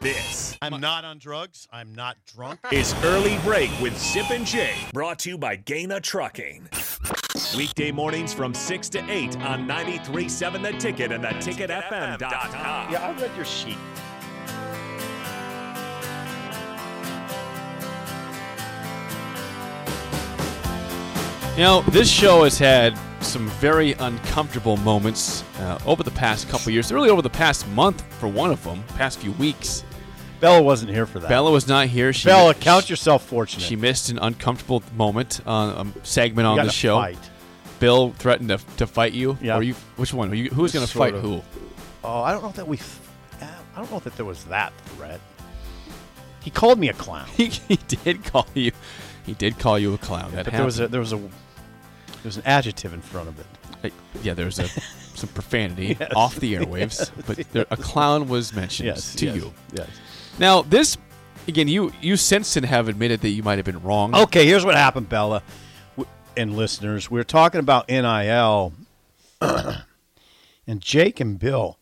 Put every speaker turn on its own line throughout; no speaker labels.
This
I'm not on drugs. I'm not drunk.
is Early Break with Zip and Jay.
Brought to you by Gaina Trucking.
Weekday mornings from 6 to 8 on 93.7 The Ticket and theticketfm.com.
Yeah, I read your sheet.
You know, this show has had some very uncomfortable moments uh, over the past couple years, really over the past month for one of them, past few weeks.
Bella wasn't here for that.
Bella was not here. She
Bella, count yourself fortunate.
She missed an uncomfortable moment on a segment
You
on
got
the
to
show.
fight.
Bill threatened to, to fight you.
Yeah.
Or you, which one? You- who's going to
Sort
fight
of.
who?
Oh, I don't know that we. I don't know that there was that threat. He called me a clown.
He, he did call you. He did call you a clown. that
but there was a
happened.
there was a there was an adjective in front of it.
Uh, yeah, there was a some profanity off the airwaves, but there, a clown was mentioned
Yes,
to
yes,
you.
Yes.
Now this again, you you since then have admitted that you might have been wrong.
Okay, here's what happened, Bella, w- and listeners. We were talking about NIL, and Jake and Bill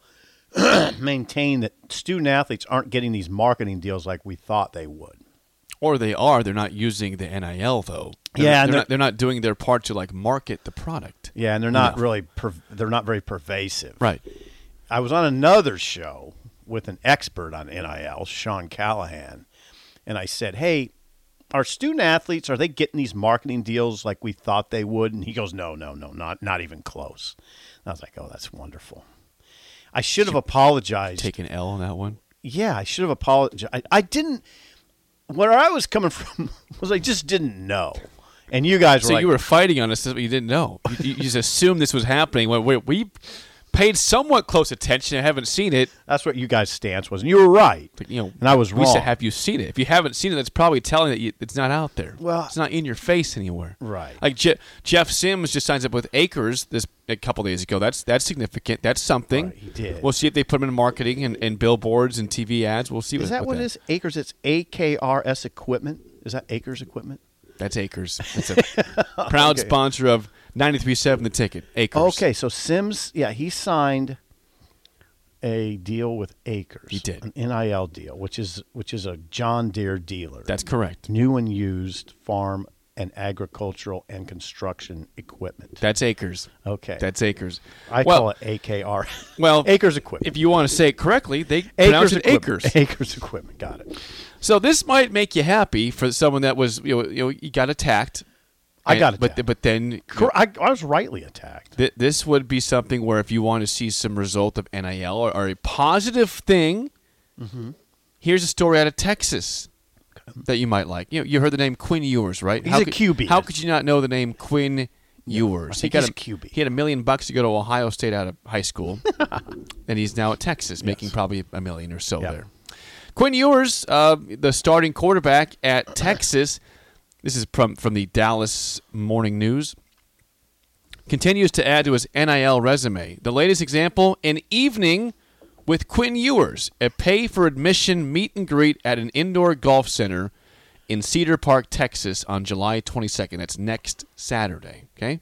maintain that student athletes aren't getting these marketing deals like we thought they would.
or they are. They're not using the NIL though. They're,
Yeah,
they're,
and they're-
not, they're not doing their part to like market the product.
Yeah, and they're not
Enough.
really perv they're not very pervasive.
Right.
I was on another show with an expert on NIL, Sean Callahan, and I said, "Hey, are student athletes are they getting these marketing deals like we thought they would?" And he goes, "No, no, no, not not even close." And I was like, "Oh, that's wonderful." I should have apologized.
Take an L on that one.
yeah, I should have apologized. I, I didn't. Where I was coming from was I just didn't know, and you guys were
So
like,
you were fighting on us, but you didn't know. You, you just assumed this was happening. Well, we, we paid somewhat close attention. I haven't seen it.
"That's what you guys' stance was," and you were right.
Like, you know,
and I was
we
wrong.
said, "Have you seen it? If you haven't seen it, that's probably telling that you, it's not out there.
Well-
it's not in your face anywhere.
Right.
Like Je- Jeff Sims just signs up with Acres this a couple days ago. That's that's significant. That's something.
Right, he did.
We'll see if they put him in marketing and, and billboards and TV ads. We'll see.
Is that what it is? Acres. It's A K R S Equipment. Is that Acres Equipment?
That's Acres. That's a proud sponsor of 93.7 The Ticket. Acres.
Okay, so Sims. Yeah, he signed a deal with Acres.
He did.
an NIL deal, which is which is a John Deere dealer.
That's correct.
new and used farm and agricultural and construction equipment.
That's Acres.
Okay,
That's Acres.
I
well,
call it A K R.
Well,
Acres Equipment.
If you want to say it correctly, they pronounce
Acres
it
Equipment.
Acres.
Acres Equipment. Got it.
So this might make you happy for someone that was you know you, know, you got attacked.
I
And-
got
but
attacked.
but then you
Cor-
know,
I, I was rightly attacked.
thi- this would be something where if you want to see some result of NIL or, or a positive thing,
Mm-hmm.
here's a story out of Texas that you might like. You know, you heard the name Quinn Ewers, right?
He's
how
a
could,
QB.
How could you not know the name Quinn Ewers?
think he's a QB.
He had a million bucks to go to Ohio State out of high school, and he's now at Texas, making probably a million or so
Yeah.
there. Quinn Ewers, uh, the starting quarterback at Texas. This is from from the Dallas Morning News. Continues to add to his NIL resume. The latest example: an evening with Quinn Ewers, a pay for admission meet and greet at an indoor golf center in Cedar Park, Texas, on July 22nd. That's next Saturday. Okay.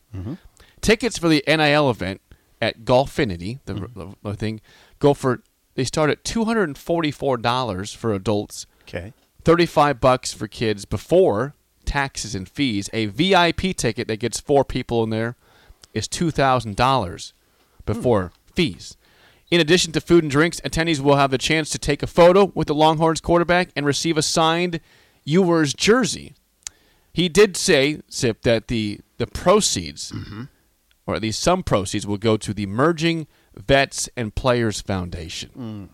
Tickets for the NIL event at Golfinity, the, the thing, go for they start at two hundred and forty-four dollars for adults,
Okay.
thirty-five bucks for kids before taxes and fees. A VIP ticket that gets four people in there is two thousand dollars before fees. In addition to food and drinks, attendees will have the chance to take a photo with the Longhorns quarterback and receive a signed Ewers jersey. He did say, Sip, that the, the proceeds, or at least some proceeds, will go to the Merging Vets and Players Foundation.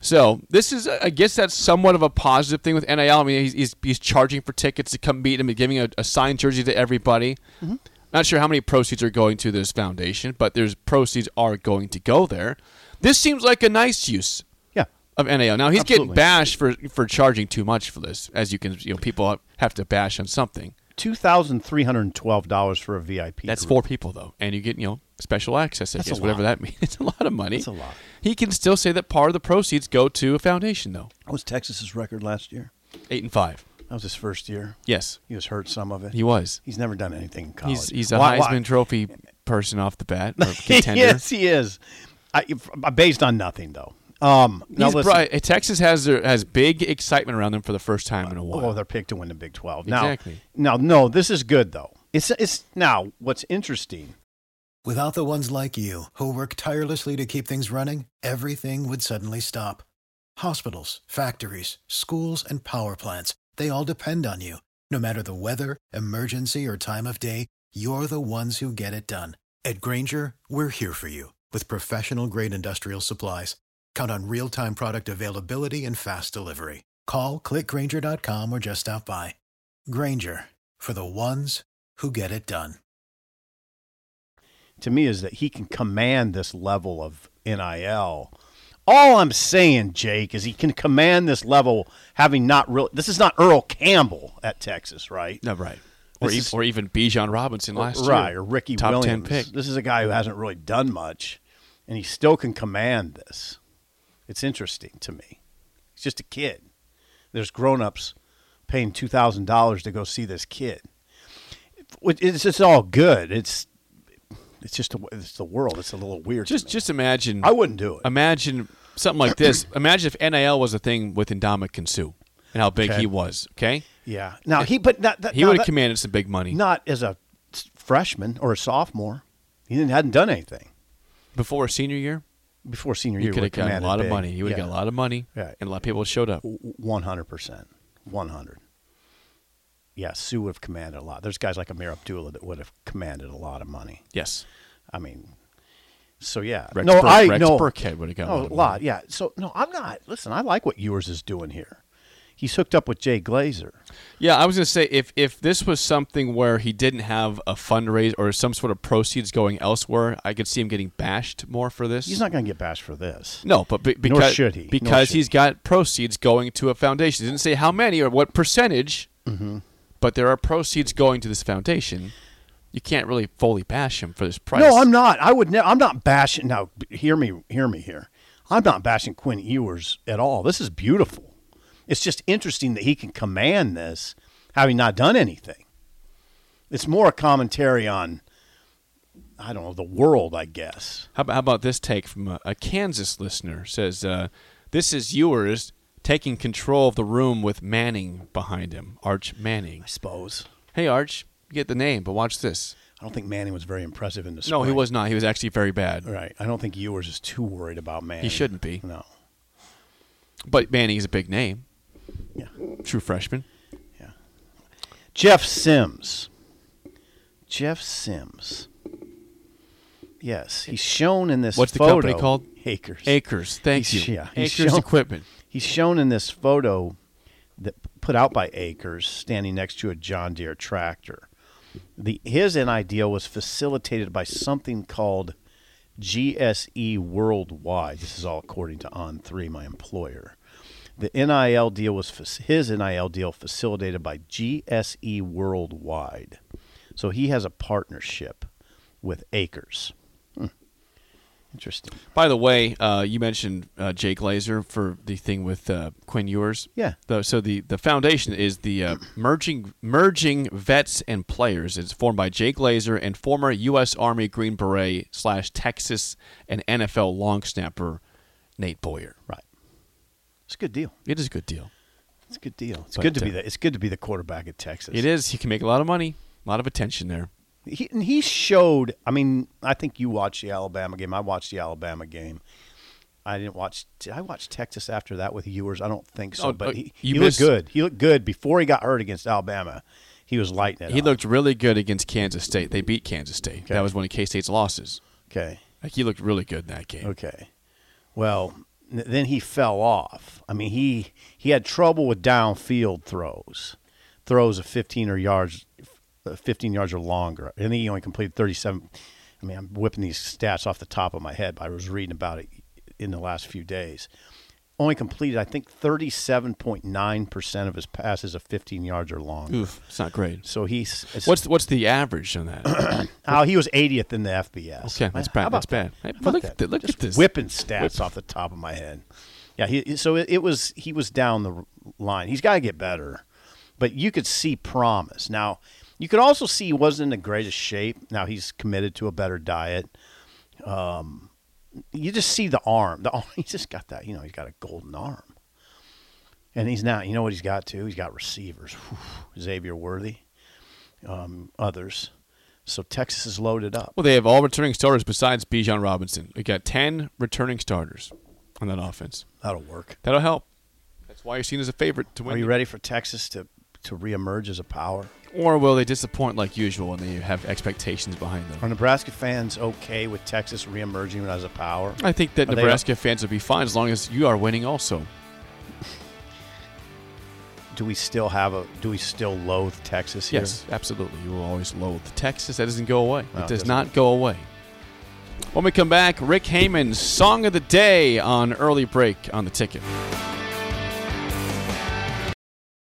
So this is, I guess, that's somewhat of a positive thing with NIL. I mean, he's he's, he's charging for tickets to come meet him and giving a, a signed jersey to everybody.
Mm-hmm.
Not sure how many proceeds are going to this foundation, but there's proceeds are going to go there. This seems like a nice use
Yeah.
of NIL. Now he's
Absolutely.
getting bashed for for charging too much for this, as you can, you know, people have to bash on something.
Two thousand three hundred twelve dollars for a VIP.
That's
group.
four people though, and you get you know special access, I
That's a
guess, whatever
lot.
that means. It's a lot of money.
That's a lot.
He can still say that part of the proceeds go to a foundation though.
What was Texas's record last year?
Eight and five.
That was his first year.
Yes.
He was hurt some of it.
He was.
He's never done anything in college.
He's he's a
Why-
Heisman
why-
Trophy person off the bat or contender.
yes, he is. I, if- uh, based on nothing though. Um, now
He's
listen,
bri- Texas has their, has big excitement around them for the first time in a while.
Oh, they're picked to win the Big Twelve. Now,
Exactly.
now, no, this is good though. It's it's now. What's interesting?
Without the ones like you, who work tirelessly to keep things running, everything would suddenly stop. Hospitals, factories, schools, and power plants, they all depend on you. No matter the weather, emergency, or time of day, you're the ones who get it done. At Granger, we're here for you with professional grade industrial supplies. Count on real time product availability and fast delivery. Call clickgranger.com or just stop by. Granger for the ones who get it done.
to me is that he can command this level of NIL. All I'm saying, Jake, is he can command this level having not really. This is not Earl Campbell at Texas, right?
No, right. Or,
This
e-
is-
or even Bijan Robinson last year.
right, or Ricky
Top
Williams.
10 pick.
This is a guy who hasn't really done much, and he still can command this. It's interesting to me. He's just a kid. There's grown-ups paying two thousand dollars to go see this kid. It- It's it's all good. It's it's just a, it's the world. It's a little weird. to
Just
me.
just imagine.
I wouldn't do it.
Imagine something like this. imagine if NIL was a thing with Indama Kinsu and how big
Okay.
he was. Okay,
yeah. Now he, but not, that,
he
now
would have
that-
commanded some big money
not as a s- freshman or a sophomore. He didn't, hadn't done anything
before a senior year.
before senior
He
year.
could have
would've
gotten a
commanded
lot of
big.
money. He would have
Yeah.
got a lot of money,
Right.
and a lot of people showed up.
One hundred percent, one hundred. Yeah, Sue would have commanded a lot. There's guys like Amir Abdullah that would have commanded a lot of money.
Yes,
I mean, so yeah.
Rex
no,
Bur-
I
Rex
no.
Burkhead would have got a
oh,
lot of
a
money.
lot. Yeah. So no, I'm not. Listen, I like what yours is doing here. He's hooked up with Jay Glazer.
Yeah, I was gonna say if if this was something where he didn't have a fundraiser or some sort of proceeds going elsewhere, I could see him getting bashed more for this.
He's not going to get bashed for this.
No, but be,
Nor
because
should he. Nor
because
should
he's
he.
got proceeds going to a foundation. He didn't say how many or what percentage,
Mm-hmm.
but there are proceeds going to this foundation. You can't really fully bash him for this price.
No, I'm not. I would. Ne- I'm not bashing. Now, b- hear me. Hear me here. I'm not bashing Quinn Ewers at all. This is beautiful. It's just interesting that he can command this, having not done anything. It's more a commentary on, I don't know, the world, I guess.
How, about- how about this take from a, a Kansas listener? Says uh, this is yours taking control of the room with Manning behind him, Arch Manning.
I suppose.
Hey, Arch, you get the name, but watch this.
I don't think Manning was very impressive in the spring.
No, he was not. He was actually very bad.
Right. I don't think Ewers is too worried about Manning.
He shouldn't be.
No.
But Manning is a big name.
Yeah.
True freshman.
Jeff Sims. Jeff Sims. Yes, he's shown in this.
What's the
photo-
company called?
Acres.
Acres. Thank
He's-
you.
yeah, he's
Acres
shown-
Equipment.
He's shown in this photo that put out by Acres, standing next to a John Deere tractor. The his NIDO was facilitated by something called GSE Worldwide. This is all according to On Three, my employer. The NIL deal was fac- his NIL deal facilitated by GSE Worldwide. So he has a partnership with Acres. Hmm. Interesting.
By the way, uh, you mentioned uh, Jake Laser for the thing with uh, Quinn Ewers.
Yeah.
The, so the, the foundation is the uh, merging merging vets and players. It's formed by Jake Laser and former U.S. Army Green Beret slash Texas and NFL long snapper Nate Boyer.
Right. It's a good deal.
It is a good deal.
It's a good deal. It's
But,
good to
uh,
be the it's good to be the quarterback at Texas.
It is. He can make a lot of money, a lot of attention there.
He, and he showed. I mean, I think you watched the Alabama game. I watched the Alabama game. I didn't watch. Did I watch Texas after that with Ewers? I don't think so.
Oh,
but
uh,
he,
you
he
missed-
looked good. He looked good before he got hurt against Alabama. He was lighting it.
He
up.
looked really good against Kansas State. They beat Kansas State.
Okay.
That was one of K State's losses.
okay.
Like he looked really good in that game.
Okay. Well, n- then he fell off. I mean, he he had trouble with downfield throws, throws of 15 or yards, uh, 15 yards or longer. I think he only completed 37. I mean, I'm whipping these stats off the top of my head, but I was reading about it in the last few days. Only completed, I think, 37.9% of his passes of 15 yards or longer.
Oof, it's not great.
So he's it's-
What's what's the average on that?
oh, he was 80th in the FBS.
Okay, that's
How
bad.
about
That's bad.
How
Hey, but
about
look
that?
at th- look at this.
whipping stats off the top of my head. Yeah, he, so it, it was he was down the r- line. He's got to get better, but you could see promise. Now, you could also see he wasn't in the greatest shape. Now he's committed to a better diet. Um, you just see the arm. The arm, he's just got that. You know, he's got a golden arm, and he's now. You know what he's got too? He's got receivers. Whew, Xavier Worthy, um, others. So Texas is loaded up.
Well, they have all returning starters besides Bijan Robinson. We got ten returning starters on that offense.
That'll work.
That'll help. That's why you're seen as a favorite to win.
Are you ready for Texas to to reemerge as a power?
Or will they disappoint like usual and they have expectations behind
Are
them?
Nebraska fans okay with Texas reemerging as a power?
I think that
Are they-
Nebraska fans will be fine as long as you are winning also.
Do we still have a? Do we still loathe Texas here?
Yes, absolutely. You will always loathe Texas. That doesn't go away.
No, it
it does
doesn't.
not go away. When we come back, Rick Heyman's Song of the Day on Early Break on the Ticket.